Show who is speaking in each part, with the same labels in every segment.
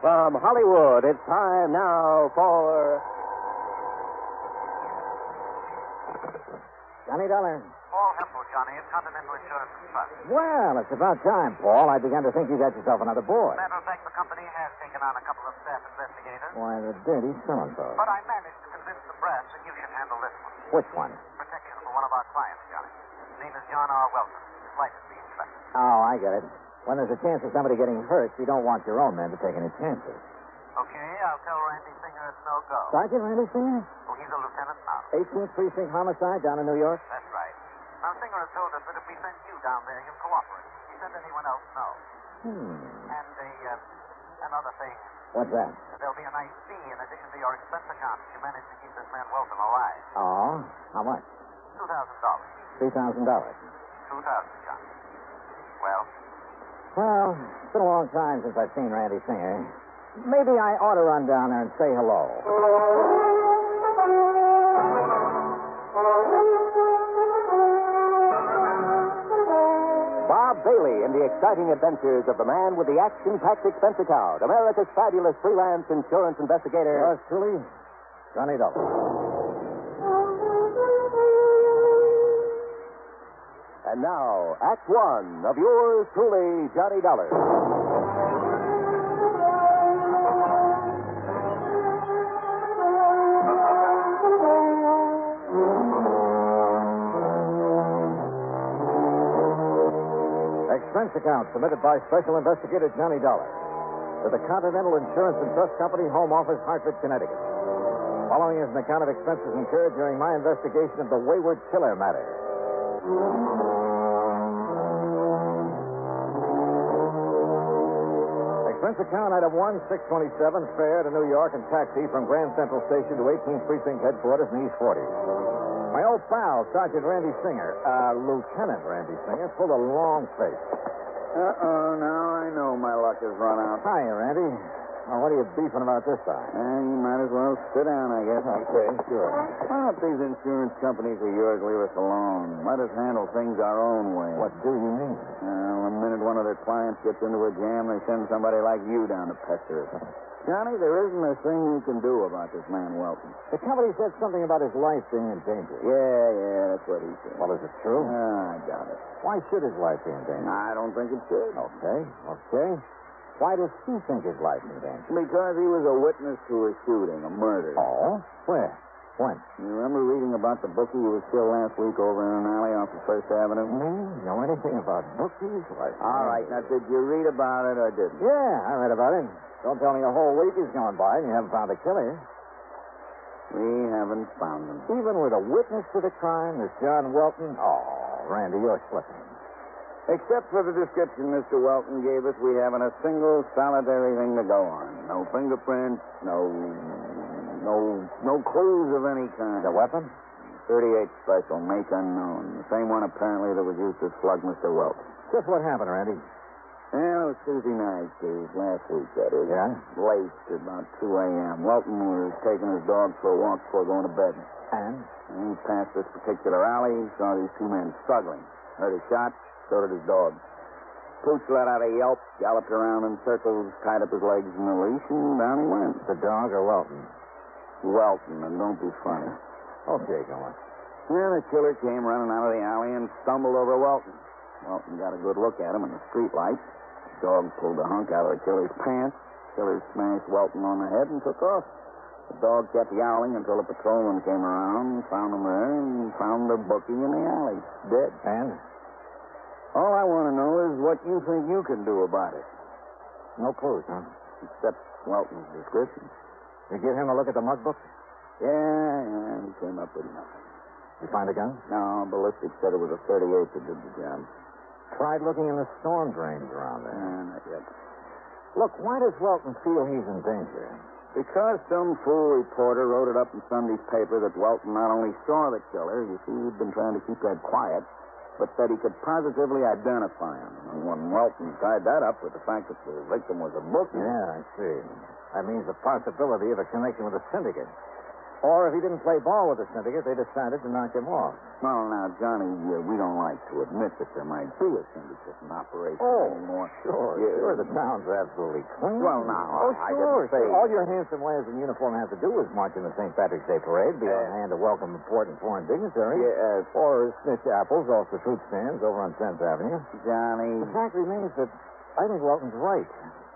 Speaker 1: From Hollywood, it's time now for.
Speaker 2: Johnny Dollar.
Speaker 3: Paul Hempel, Johnny, of Continental Insurance and Trust.
Speaker 2: Well, it's about time, Paul. I began to think you got yourself another boy.
Speaker 3: Matter of fact, the company has taken on a couple of staff investigators,
Speaker 2: Why, the dirty so-and-so.
Speaker 3: but I managed to convince the brass that you should handle this one.
Speaker 2: Which one?
Speaker 3: Protection for one of our clients, Johnny. His name is John R. Welton. His life is being threatened.
Speaker 2: Oh, I get it. When there's a chance of somebody getting hurt, you don't want your own men to take any chances.
Speaker 3: Okay, I'll tell Randy Singer it's no go.
Speaker 2: Sergeant Randy Singer?
Speaker 3: Oh, he's a lieutenant now.
Speaker 2: 18th Precinct Homicide down in New York?
Speaker 3: That's right. Now, Singer has told us that if we send you down there, you'll cooperate. If you send anyone else, no.
Speaker 2: Hmm.
Speaker 3: And a, uh, another thing,
Speaker 2: What's that?
Speaker 3: there'll be a nice fee in addition to your expense account if you manage to keep this man Welton alive.
Speaker 2: Oh, how much?
Speaker 3: Two thousand
Speaker 2: $3,000.
Speaker 3: dollars. Two thousand, John. Well,
Speaker 2: Well, it's been a long time since I've seen Randy Singer. Maybe I ought to run down there and say hello.
Speaker 1: Bob Bailey in the exciting adventures of the man with the action-packed expense account, America's fabulous freelance insurance investigator.
Speaker 2: Yours truly, Johnny Dollar.
Speaker 1: And now, Act One of yours truly, Johnny Dollar.
Speaker 2: Expense account submitted by Special Investigator Johnny Dollar to the Continental Insurance and Trust Company Home Office, Hartford, Connecticut. Following is an account of expenses incurred during my investigation of the Wayward Killer matter. Expense account item 1, 627, fare to New York and taxi from Grand Central Station to 18th Precinct Headquarters in East 40. My old pal, Sergeant Randy Singer, uh, Lieutenant Randy Singer, full of long face.
Speaker 4: Uh-oh, now I know my luck has run out.
Speaker 2: Hi, Randy. Now, what are you beefing about this time?
Speaker 4: Eh, you might as well sit down, I guess.
Speaker 2: Okay, sure.
Speaker 4: Why don't these insurance companies of yours leave us alone? Let us handle things our own way.
Speaker 2: What do you mean?
Speaker 4: Well, the minute one of their clients gets into a jam, they send somebody like you down to pester us. Johnny, there isn't a thing you can do about this man Welton.
Speaker 2: The company said something about his life being in danger.
Speaker 4: Yeah, yeah, that's what he said.
Speaker 2: Well, is it true? Ah.
Speaker 4: Ah, I doubt it.
Speaker 2: Why should his life be in danger?
Speaker 4: I don't think it should.
Speaker 2: Okay, okay. Why does he think his life's in danger?
Speaker 4: Because he was a witness to a shooting, a murder.
Speaker 2: Oh? Where? When?
Speaker 4: You remember reading about the bookie who was killed last week over in an alley off of First Avenue?
Speaker 2: Me? Know anything about bookies? Why,
Speaker 4: All right, now did you read about it or didn't?
Speaker 2: Yeah, I read about him. Don't tell me a whole week has gone by and you haven't found a killer.
Speaker 4: We haven't found them.
Speaker 2: Even with a witness to the crime, this John Welton. Oh, Randy, you're slipping.
Speaker 4: Except for the description Mr. Welton gave us, we haven't a single solitary thing to go on. No fingerprints, no no no clues of any kind.
Speaker 2: The weapon?
Speaker 4: 38 special, make unknown. The same one apparently that was used to slug Mr. Welton.
Speaker 2: Just what happened, Randy?
Speaker 4: Well, it was Tuesday night, Steve. Last week, that is.
Speaker 2: Yeah?
Speaker 4: Late, about 2 a.m. Welton was taking his dog for a walk before going to bed.
Speaker 2: And?
Speaker 4: And he passed this particular alley, saw these two men struggling. Heard a shot, so did his dog. Pooch let out a yelp, galloped around in circles, tied up his legs in a leash, and down he went.
Speaker 2: The dog or Welton?
Speaker 4: Welton, and don't be funny.
Speaker 2: Okay, go on.
Speaker 4: Then the killer came running out of the alley and stumbled over Welton. Welton got a good look at him in the streetlight. Dog pulled the hunk out of the killer's pants. Killer smashed Welton on the head and took off. The dog kept yowling until a patrolman came around, found him there, and found the bookie in the alley, dead.
Speaker 2: And?
Speaker 4: All I want to know is what you think you can do about it,
Speaker 2: No clues, huh?
Speaker 4: except Welton's description.
Speaker 2: You give him a look at the mug book?
Speaker 4: Yeah, yeah, he came up with nothing.
Speaker 2: You find a gun?
Speaker 4: No, ballistics said it was a 38 that did the job.
Speaker 2: Tried looking in the storm drains around there.
Speaker 4: Yeah, not yet.
Speaker 2: Look, why does Welton feel he's in danger?
Speaker 4: Because some fool reporter wrote it up in Sunday's paper that Welton not only saw the killer, you see, he'd been trying to keep that quiet, but that he could positively identify him. And when Welton tied that up with the fact that the victim was a bookie,
Speaker 2: Yeah, I see. That means the possibility of a connection with a syndicate. Or if he didn't play ball with the syndicate, they decided to knock him off.
Speaker 4: Well, now, Johnny, uh, we don't like to admit that there might be a syndicate in operation
Speaker 2: Oh,
Speaker 4: anymore.
Speaker 2: Sure,
Speaker 4: Yeah.
Speaker 2: sure. The town's absolutely clean.
Speaker 4: Well, now,
Speaker 2: oh,
Speaker 4: I didn't
Speaker 2: sure,
Speaker 4: say-
Speaker 2: sure. All your handsome ways in uniform have to do is march in the St. Patrick's Day parade, be
Speaker 4: Yeah.
Speaker 2: on hand to welcome important foreign dignitaries,
Speaker 4: Yeah, uh,
Speaker 2: or snitch apples off the fruit stands over on 10th Avenue.
Speaker 4: Johnny.
Speaker 2: The fact remains that I think Walton's right.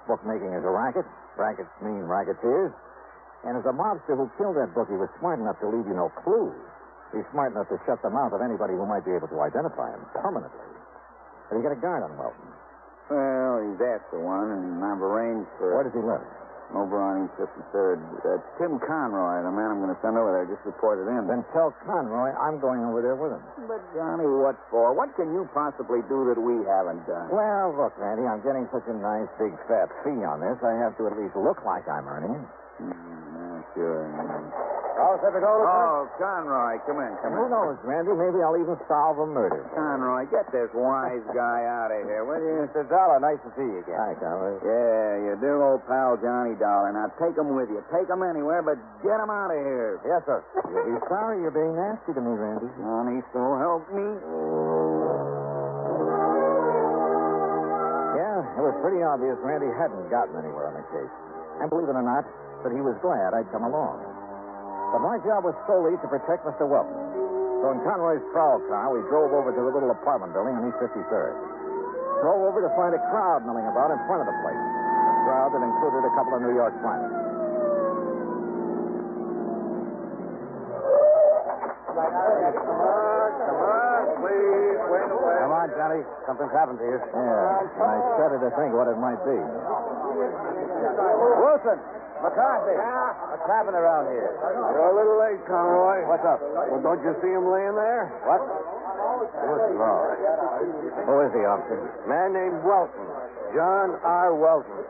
Speaker 2: Bookmaking is a racket. Rackets mean racketeers. And as a mobster who killed that bookie was smart enough to leave you no clues, he's smart enough to shut the mouth of anybody who might be able to identify him permanently. Have you got a guard on Welton?
Speaker 4: Well, he's after one, and I've arranged for
Speaker 2: Where does he live?
Speaker 4: over on East 53rd. Uh, Tim Conroy, the man I'm going to send over there, just reported in.
Speaker 2: Then tell Conroy I'm going over there with him.
Speaker 4: But, Johnny, what for? What can you possibly do that we haven't done?
Speaker 2: Well, look, Randy, I'm getting such a nice big fat fee on this, I have to at least look like I'm earning it.
Speaker 4: Mm, yeah, sure.
Speaker 2: All set to go,
Speaker 4: Oh, Conroy, come in, come
Speaker 2: Who
Speaker 4: in.
Speaker 2: knows, Randy? Maybe I'll even solve a murder.
Speaker 4: Conroy, get this wise guy out of here, will you?
Speaker 2: Mr. Dollar, nice to see you again. Hi, Dollar.
Speaker 4: Yeah, your dear old pal Johnny Dollar. Now take him with you. Take him anywhere, but get him out of here.
Speaker 2: Yes, sir. Uh-huh. you sorry you're being nasty to me, Randy.
Speaker 4: Johnny, so help me.
Speaker 2: Yeah, it was pretty obvious Randy hadn't gotten anywhere on the case. And believe it or not, but he was glad I'd come along. But my job was solely to protect Mr. Welton. So in Conroy's prowl car, we drove over to the little apartment building on East 53rd. Drove over to find a crowd milling about in front of the place. A crowd that included a couple of New York climbers.
Speaker 4: Come on, Johnny. Something's happened to you.
Speaker 2: Yeah, and I started to think what it might be.
Speaker 4: Wilson! McCarthy! What's happening around here? You're a little late, Conroy. What's up? Well, don't you see him laying there? What? Good Lord.
Speaker 2: Who is the officer?
Speaker 4: Man named Welton. John R. Welton.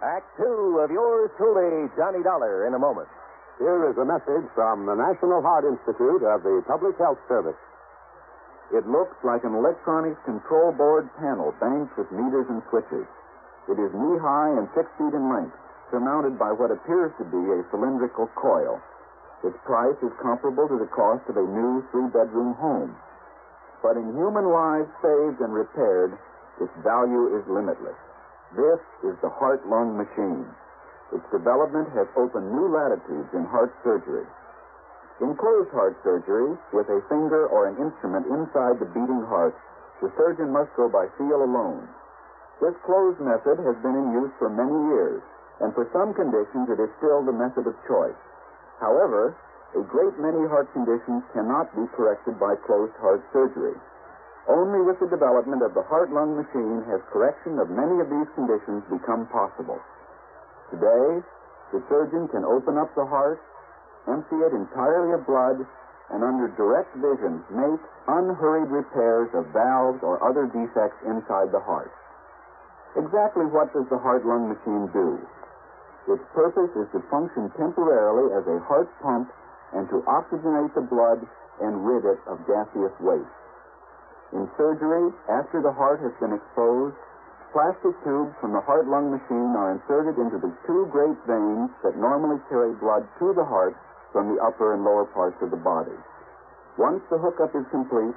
Speaker 1: Act two of yours truly, Johnny Dollar, in a moment.
Speaker 5: Here is a message from the National Heart Institute of the Public Health Service.
Speaker 4: It looks like an electronic control board panel banked with meters and switches. It is knee high and six feet in length, surmounted by what appears to be a cylindrical coil. Its price is comparable to the cost of a new three bedroom home. But in human lives saved and repaired, its value is limitless. This is the heart lung machine. Its development has opened new latitudes in heart surgery. Enclosed heart surgery with a finger or an instrument inside the beating heart, the surgeon must go by feel alone. This closed method has been in use for many years, and for some conditions it is still the method of choice. However, a great many heart conditions cannot be corrected by closed heart surgery. Only with the development of the heart-lung machine has correction of many of these conditions become possible. Today, the surgeon can open up the heart, empty it entirely of blood, and under direct vision make unhurried repairs of valves or other defects inside the heart. Exactly what does the heart lung machine do? Its purpose is to function temporarily as a heart pump and to oxygenate the blood and rid it of gaseous waste. In surgery, after the heart has been exposed, Plastic tubes from the heart lung machine are inserted into the two great veins that normally carry blood to the heart from the upper and lower parts of the body. Once the hookup is complete,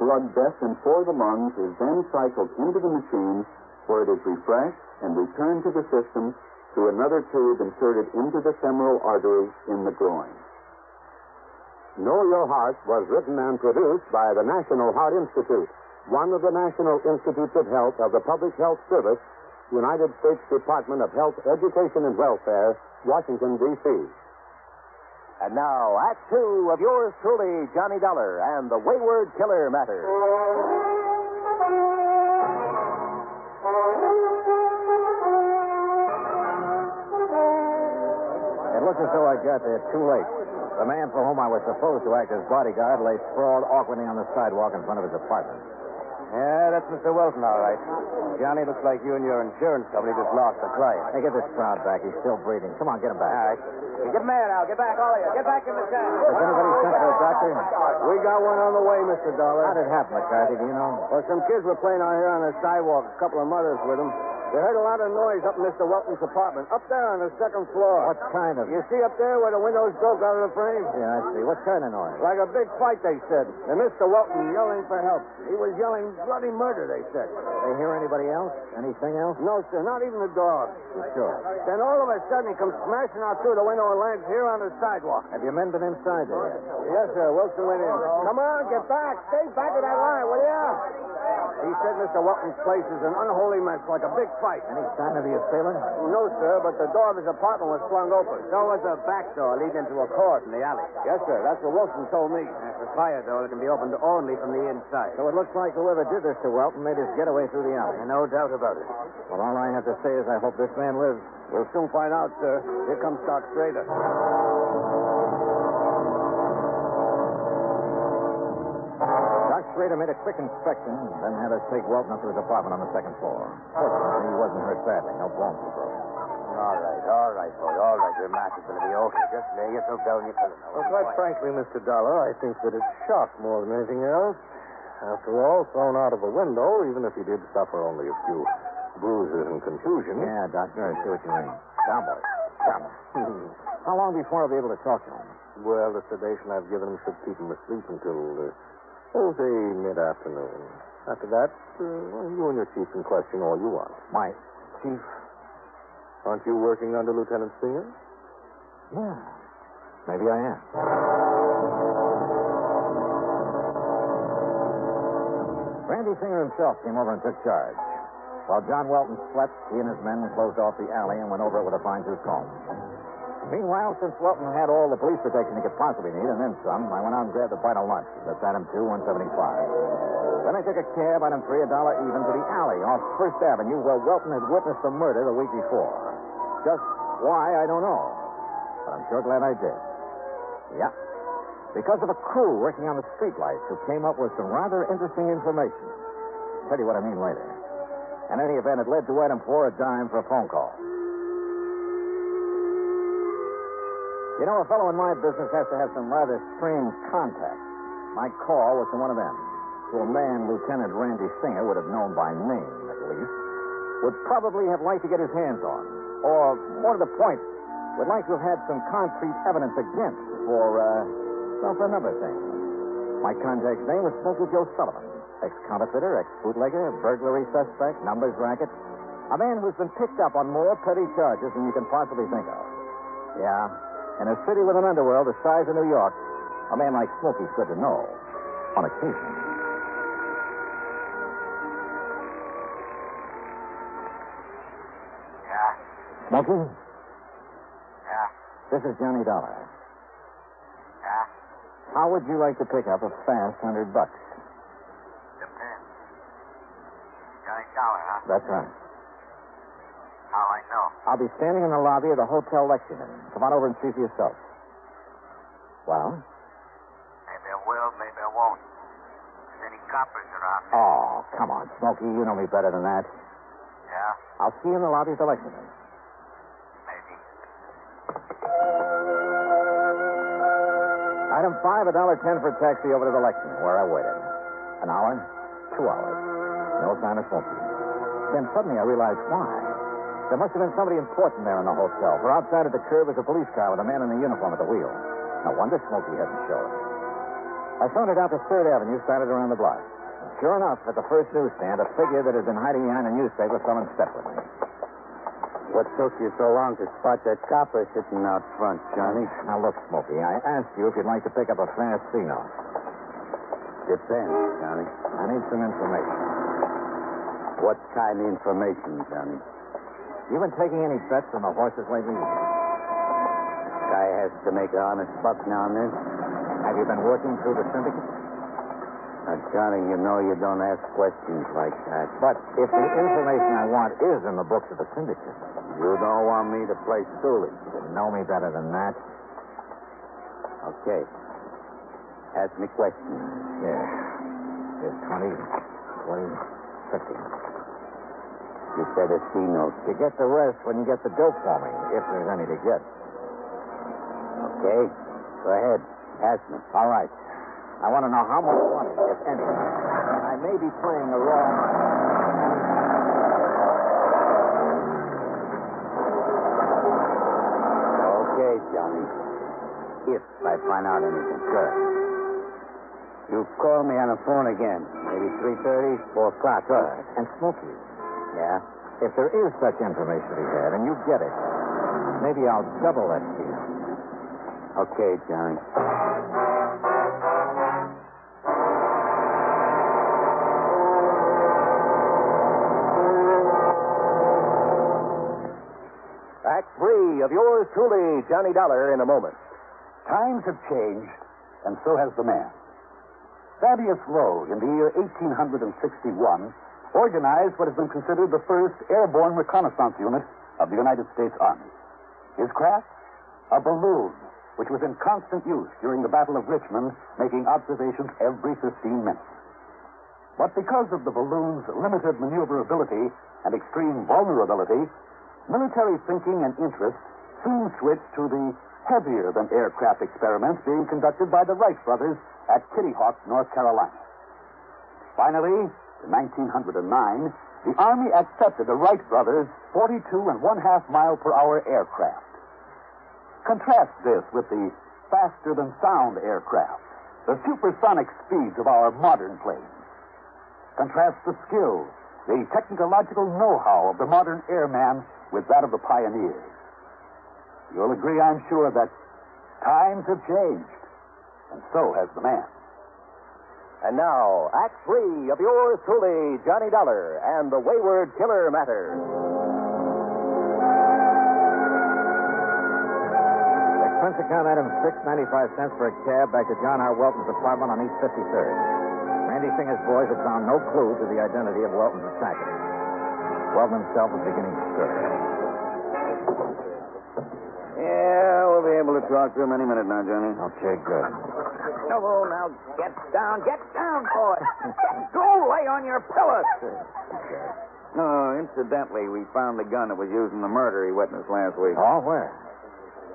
Speaker 4: blood destined for the lungs is then cycled into the machine where it is refreshed and returned to the system through another tube inserted into the femoral artery in the groin.
Speaker 5: Know Your Heart was written and produced by the National Heart Institute, one of the National Institutes of Health of the Public Health Service, United States Department of Health, Education, and Welfare, Washington, D.C.
Speaker 1: And now, Act two of yours truly, Johnny Dollar, and the Wayward Killer Matter.
Speaker 2: It looked as though I got there too late. The man for whom I was supposed to act as bodyguard lay sprawled awkwardly on the sidewalk in front of his apartment.
Speaker 1: Yeah, that's Mr. Wilson, all right. Johnny, looks like you and your insurance company just lost a client.
Speaker 2: Hey, get this crowd back. He's still breathing. Come on, get him
Speaker 1: All
Speaker 2: back.
Speaker 1: right. Get mad now. Get back, all of you. Get back in the tent.
Speaker 2: Has anybody sent for a doctor?
Speaker 1: We got one on the way, Mr. Dollar.
Speaker 2: How did it happen, McCarthy? Do you know?
Speaker 1: Well, some kids were playing out here on the sidewalk, a couple of mothers with them. They heard a lot of noise up in Mr. Welton's apartment, up there on the second floor.
Speaker 2: What kind of?
Speaker 1: You see up there where the windows broke out of the frame?
Speaker 2: Yeah, I see. What kind of noise?
Speaker 1: Like a big fight, they said. And Mr. Welton yelling for help. He was yelling bloody murder, they said.
Speaker 2: They hear anybody else? Anything else?
Speaker 1: No, sir, not even the dog.
Speaker 2: You sure?
Speaker 1: Then all of a sudden he comes smashing out through the window and lands here on the sidewalk.
Speaker 2: Have your men been inside there? yet?
Speaker 1: Yes, sir. Wilson went in. Come on, get back. Stay back of that line, will you? He said Mr. Welton's place is an unholy mess, like a big fight.
Speaker 2: Any sign of the assailant?
Speaker 1: Oh, No, sir, but the door of his apartment was flung open. So was the back door leading into a court in the alley. Yes, sir. That's what Wilson told me. That's a fire door that can be opened only from the inside.
Speaker 2: So it looks like whoever did this to Welton made his getaway through the alley.
Speaker 1: No doubt about it.
Speaker 2: Well, all I have to say is I hope this man lives.
Speaker 1: We'll soon find out, sir. Here comes Doc Strader.
Speaker 2: Doc Schrader made a quick inspection, then had us take Welton up to his apartment on the second floor. Fortunately, he wasn't hurt badly. No bones were broken.
Speaker 1: All right, all right, boy. All right. Your match is going to be okay. Just lay yourself down and you pillow. Well, quite frankly, Mr. Dollar, I think that it's shock more than anything else.
Speaker 5: After all, thrown out of a window, even if he did suffer only a few bruises and contusions.
Speaker 2: Yeah, Doctor, I see what you mean. Cowboy. Cowboy. How long before I'll be able to talk to him?
Speaker 5: Well, the sedation I've given him should keep him asleep until, uh, oh, say, mid-afternoon. After that, uh, well, you and your chief can question all you want.
Speaker 2: My chief?
Speaker 5: Aren't you working under Lieutenant Singer?
Speaker 2: Yeah. Maybe I am. Randy Singer himself came over and took charge. While John Welton slept, he and his men closed off the alley and went over it with a fine tooth comb. Meanwhile, since Welton had all the police protection he could possibly need, and then some, I went out and grabbed a bite of lunch. That's item two, 175. Then I took a cab, item three, a dollar even, to the alley off First Avenue where Welton had witnessed the murder the week before. Just why, I don't know. But I'm sure glad I did. Yeah. Because of a crew working on the streetlights who came up with some rather interesting information. Tell you what I mean later. In any event, it led to item four, a dime for a phone call. You know, a fellow in my business has to have some rather strange contacts. My call was to one of them, to a man Lieutenant Randy Singer would have known by name, at least, would probably have liked to get his hands on, or, more to the point, would like to have had some concrete evidence against for, uh, well, for a number of things. My contact's name was Special Joe Sullivan, ex-counterfeiter, ex-bootlegger, burglary suspect, numbers racket, a man who's been picked up on more petty charges than you can possibly think of. Yeah, in a city with an underworld the size of New York, a man like Smokey's good to know on occasion.
Speaker 3: Yeah,
Speaker 2: Smokey,
Speaker 3: yeah,
Speaker 2: this is Johnny Dollar.
Speaker 3: yeah.
Speaker 2: How would you like to pick up a fast hundred bucks?
Speaker 3: Depends. Johnny Dollar, huh?
Speaker 2: That's right.
Speaker 3: How I know.
Speaker 2: I'll be standing in the lobby of the Hotel Lexington. Come on over and see for yourself. Well?
Speaker 3: Maybe I will, maybe I won't. There's any coppers around.
Speaker 2: Oh, come on, Smokey. You know me better than that.
Speaker 3: Yeah,
Speaker 2: I'll see you in the lobby of the Lexington.
Speaker 3: maybe.
Speaker 2: Item five, a dollar ten for a taxi over to the Lexington, where I waited. An hour, two hours. No sign of Smokey. Then suddenly I realized why. There must have been somebody important there in the hotel, for outside at the curb was a police car with a man in a uniform at the wheel. No wonder Smokey hadn't showed. I sauntered out to Third Avenue, started around the block. Sure enough, at the first newsstand, a figure that had been hiding behind a newspaper fell in step with me.
Speaker 4: What took you so long to spot that copper sitting out front, Johnny?
Speaker 2: Now look, Smokey, I asked you if you'd like to pick up a fast Fino.
Speaker 4: Depends, Johnny.
Speaker 2: I need some information.
Speaker 4: What kind of information, Johnny?
Speaker 2: You been taking any bets on the horses lately?
Speaker 4: Guy has to make an honest buck now and then.
Speaker 2: Have you been working through the syndicate?
Speaker 4: Now, Johnny, you know you don't ask questions like that.
Speaker 2: But if the information I want is in the books of the syndicate,
Speaker 4: You don't want me to play Sully.
Speaker 2: you know me better than that.
Speaker 4: Okay. Ask me questions.
Speaker 2: Yeah. Here's 20, 20, William. Fifty.
Speaker 4: You said it's C note.
Speaker 2: You get the rest when you get the dope for me, if there's any to get.
Speaker 4: Okay. Go ahead. Ask me.
Speaker 2: All right. I want to know how much money, if any. I may be playing a wrong.
Speaker 4: Okay, Johnny. If I find out anything. Good. You call me on the phone again. Maybe 3.30, 4 o'clock. Good.
Speaker 2: And Smokey,
Speaker 4: Yeah?
Speaker 2: if there is such information to be had and you get it, maybe I'll double that to you.
Speaker 4: Okay, Johnny.
Speaker 1: Act three of yours truly, Johnny Dollar, in a moment.
Speaker 4: Times have changed, and so has the man. Thaddeus Lowe, in the year 1861, organized what has been considered the first airborne reconnaissance unit of the United States Army. His craft? A balloon, which was in constant use during the Battle of Richmond, making observations every 15 minutes. But because of the balloon's limited maneuverability and extreme vulnerability, military thinking and interest soon switched to the heavier than aircraft experiments being conducted by the Wright brothers at Kitty Hawk, North Carolina. Finally, in 1909, the Army accepted the Wright brothers' 42 and one half mile per hour aircraft. Contrast this with the faster than sound aircraft, the supersonic speeds of our modern planes. Contrast the skill, the technological know how of the modern airman with that of the pioneers. You'll agree, I'm sure, that times have changed, and so has the man.
Speaker 1: And now, Act Three of yours truly, Johnny Dollar and the Wayward Killer Matter.
Speaker 2: Expense account item six, ninety-five cents for a cab back to John R. Welton's apartment on East 53rd. Randy Singer's boys had found no clue to the identity of Welton's attacker. Welton himself was beginning to stir.
Speaker 4: Yeah, we'll be able to talk to him any minute now, Johnny.
Speaker 2: Okay, good.
Speaker 6: No, now get down, get down, boy. Get- go lay on your pillow.
Speaker 4: Oh, incidentally, we found the gun that was used in the murder he witnessed last week.
Speaker 2: All where?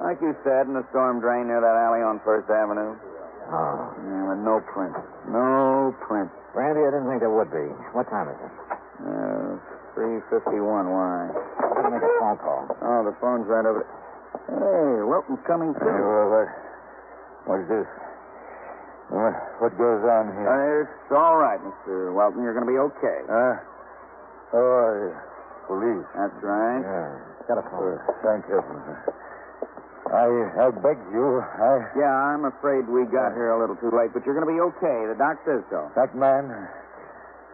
Speaker 4: Like you said, in the storm drain near that alley on First Avenue.
Speaker 2: Oh.
Speaker 4: Yeah, but no print. No print.
Speaker 2: Randy, I didn't think there would be. What time is it?
Speaker 4: Uh, 351, why?
Speaker 2: I'm gonna make a phone call.
Speaker 4: Oh, the phone's right over there. Hey, Wilton's coming too.
Speaker 2: uh, what, what's this? What, what goes on
Speaker 4: Uh, it's all right, Mr. Welton. You're going to be okay.
Speaker 2: Uh, oh, police.
Speaker 4: That's right.
Speaker 2: Yeah. Got a phone. thank heavens. I, I beg you, I...
Speaker 4: Yeah, I'm afraid we got here a little too late, but you're going to be okay. The doc says so.
Speaker 2: That man,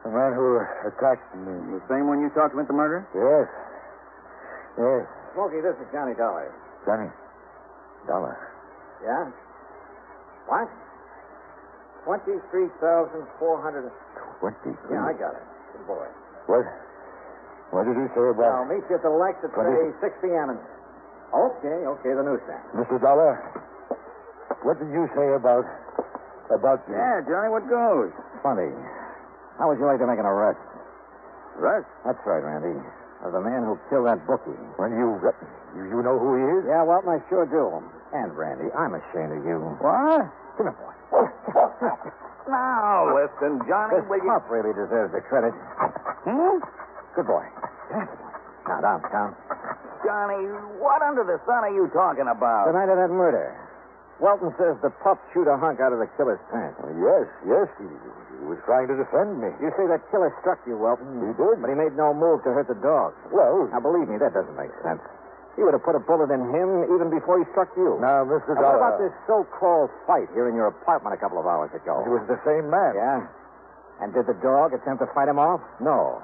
Speaker 2: the man who attacked me.
Speaker 4: The same one you talked about the murder?
Speaker 2: Yes. Yes.
Speaker 1: Smokey, this is Johnny Dollar.
Speaker 2: Johnny. Dollar.
Speaker 1: Yeah? What? Twenty-three thousand four hundred.
Speaker 2: Twenty.
Speaker 1: Yeah, I got it. Good boy.
Speaker 2: What? What did he say
Speaker 1: Well,
Speaker 2: about
Speaker 1: meet you at the Lex at
Speaker 2: What is
Speaker 1: say six p.m. and. Okay, okay, the newsstand.
Speaker 2: Mr. Dollar? What did you say about about the
Speaker 4: Yeah, Johnny, what goes?
Speaker 2: funny? How would you like to make an arrest?
Speaker 4: Russ?
Speaker 2: That's right, Randy. Of the man who killed that bookie. When you you, you know who he is? Yeah, well, I sure do. And Randy, I'm ashamed of you.
Speaker 4: What?
Speaker 2: Come here, boy.
Speaker 4: Now, listen, Johnny,
Speaker 2: This
Speaker 4: will you...
Speaker 2: pup really deserves the credit.
Speaker 4: Hmm?
Speaker 2: Good boy. Now, down, down.
Speaker 4: Johnny, what under the sun are you talking
Speaker 2: The
Speaker 4: about?
Speaker 2: night of that murder, Welton says the pup shoot a hunk out of the killer's pants.
Speaker 5: Oh, Yes, yes, he, he was trying to defend me.
Speaker 2: You say that killer struck you, Welton.
Speaker 5: He did.
Speaker 2: But he made no move to hurt the dog.
Speaker 5: Well,
Speaker 2: Now, believe me, that doesn't make sense. He would have put a bullet in him even before he struck you.
Speaker 5: now, Mr.
Speaker 2: Now, what
Speaker 5: Dollar. uh,
Speaker 2: about this so-called fight here in your apartment a couple of hours ago?
Speaker 5: It was the same man.
Speaker 2: Yeah? And did the dog attempt to fight him off? No.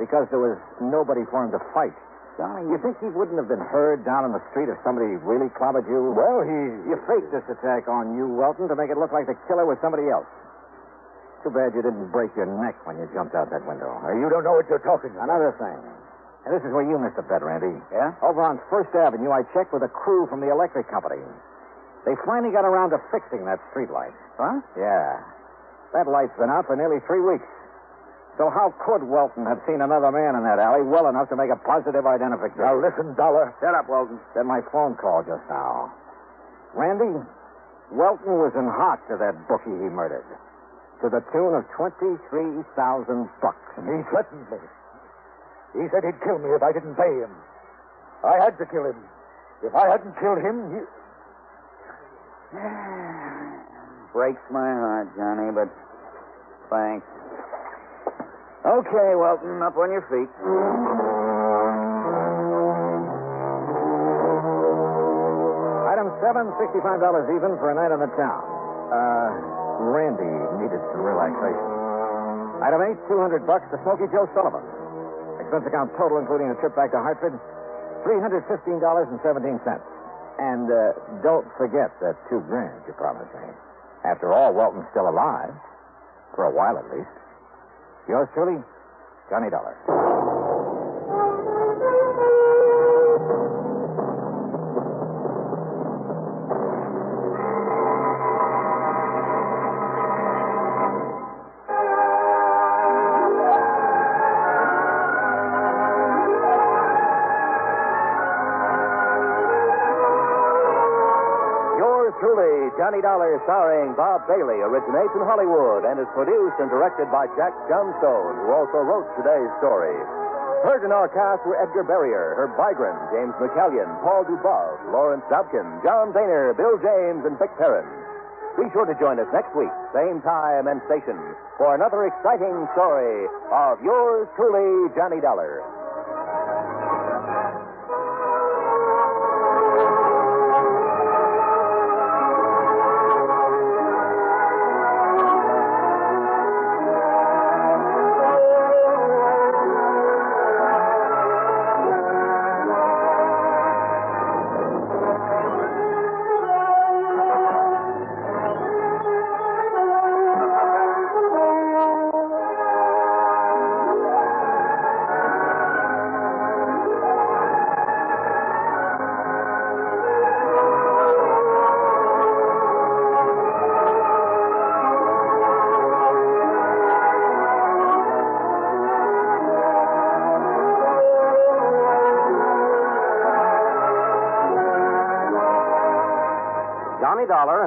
Speaker 2: Because there was nobody for him to fight.
Speaker 4: Johnny,
Speaker 2: You think he wouldn't have been heard down in the street if somebody really clobbered you?
Speaker 5: Well, he.
Speaker 2: You faked this attack on you, Welton, to make it look like the killer was somebody else. Too bad you didn't break your neck when you jumped out that window.
Speaker 5: Now, you don't know what you're talking about.
Speaker 2: Another thing. And this is where you missed a bet, Randy.
Speaker 4: Yeah?
Speaker 2: Over on First Avenue, I checked with a crew from the electric company. They finally got around to fixing that streetlight.
Speaker 4: Huh?
Speaker 2: Yeah. That light's been out for nearly three weeks. So how could Welton have seen another man in that alley well enough to make a positive identification? Now listen, Dollar.
Speaker 1: Shut up, Wilton.
Speaker 2: Then my phone call just now. Randy, Welton was in hot to that bookie he murdered. To the tune of twenty-three thousand bucks.
Speaker 7: He threatened me. He said he'd kill me if I didn't pay him. I had to kill him. If I hadn't killed him, he...
Speaker 4: Breaks my heart, Johnny, but thanks. Okay, Welton, up on your feet.
Speaker 2: Item seven, sixty-five dollars even for a night on the town. Uh, Randy needed some relaxation. Item eight, two hundred bucks to Smoky Joe Sullivan. Expense account total, including a trip back to Hartford, three hundred fifteen dollars and seventeen cents. And uh, don't forget that two grand you promised me. After all, Walton's still alive, for a while at least. Yours truly, Johnny Dollar.
Speaker 1: Yours truly, Johnny Dollar, starring Bob Bailey, originates in Hollywood and is produced and directed by Jack Johnstone, who also wrote today's story. Heard in our cast were Edgar Barrier, Herb Vigran, James McCallion, Paul Dubov, Lawrence Dobkin, John Zahner, Bill James, and Vic Perrin. Be sure to join us next week, same time and station, for another exciting story of yours truly, Johnny Dollar.
Speaker 5: Johnny Dollar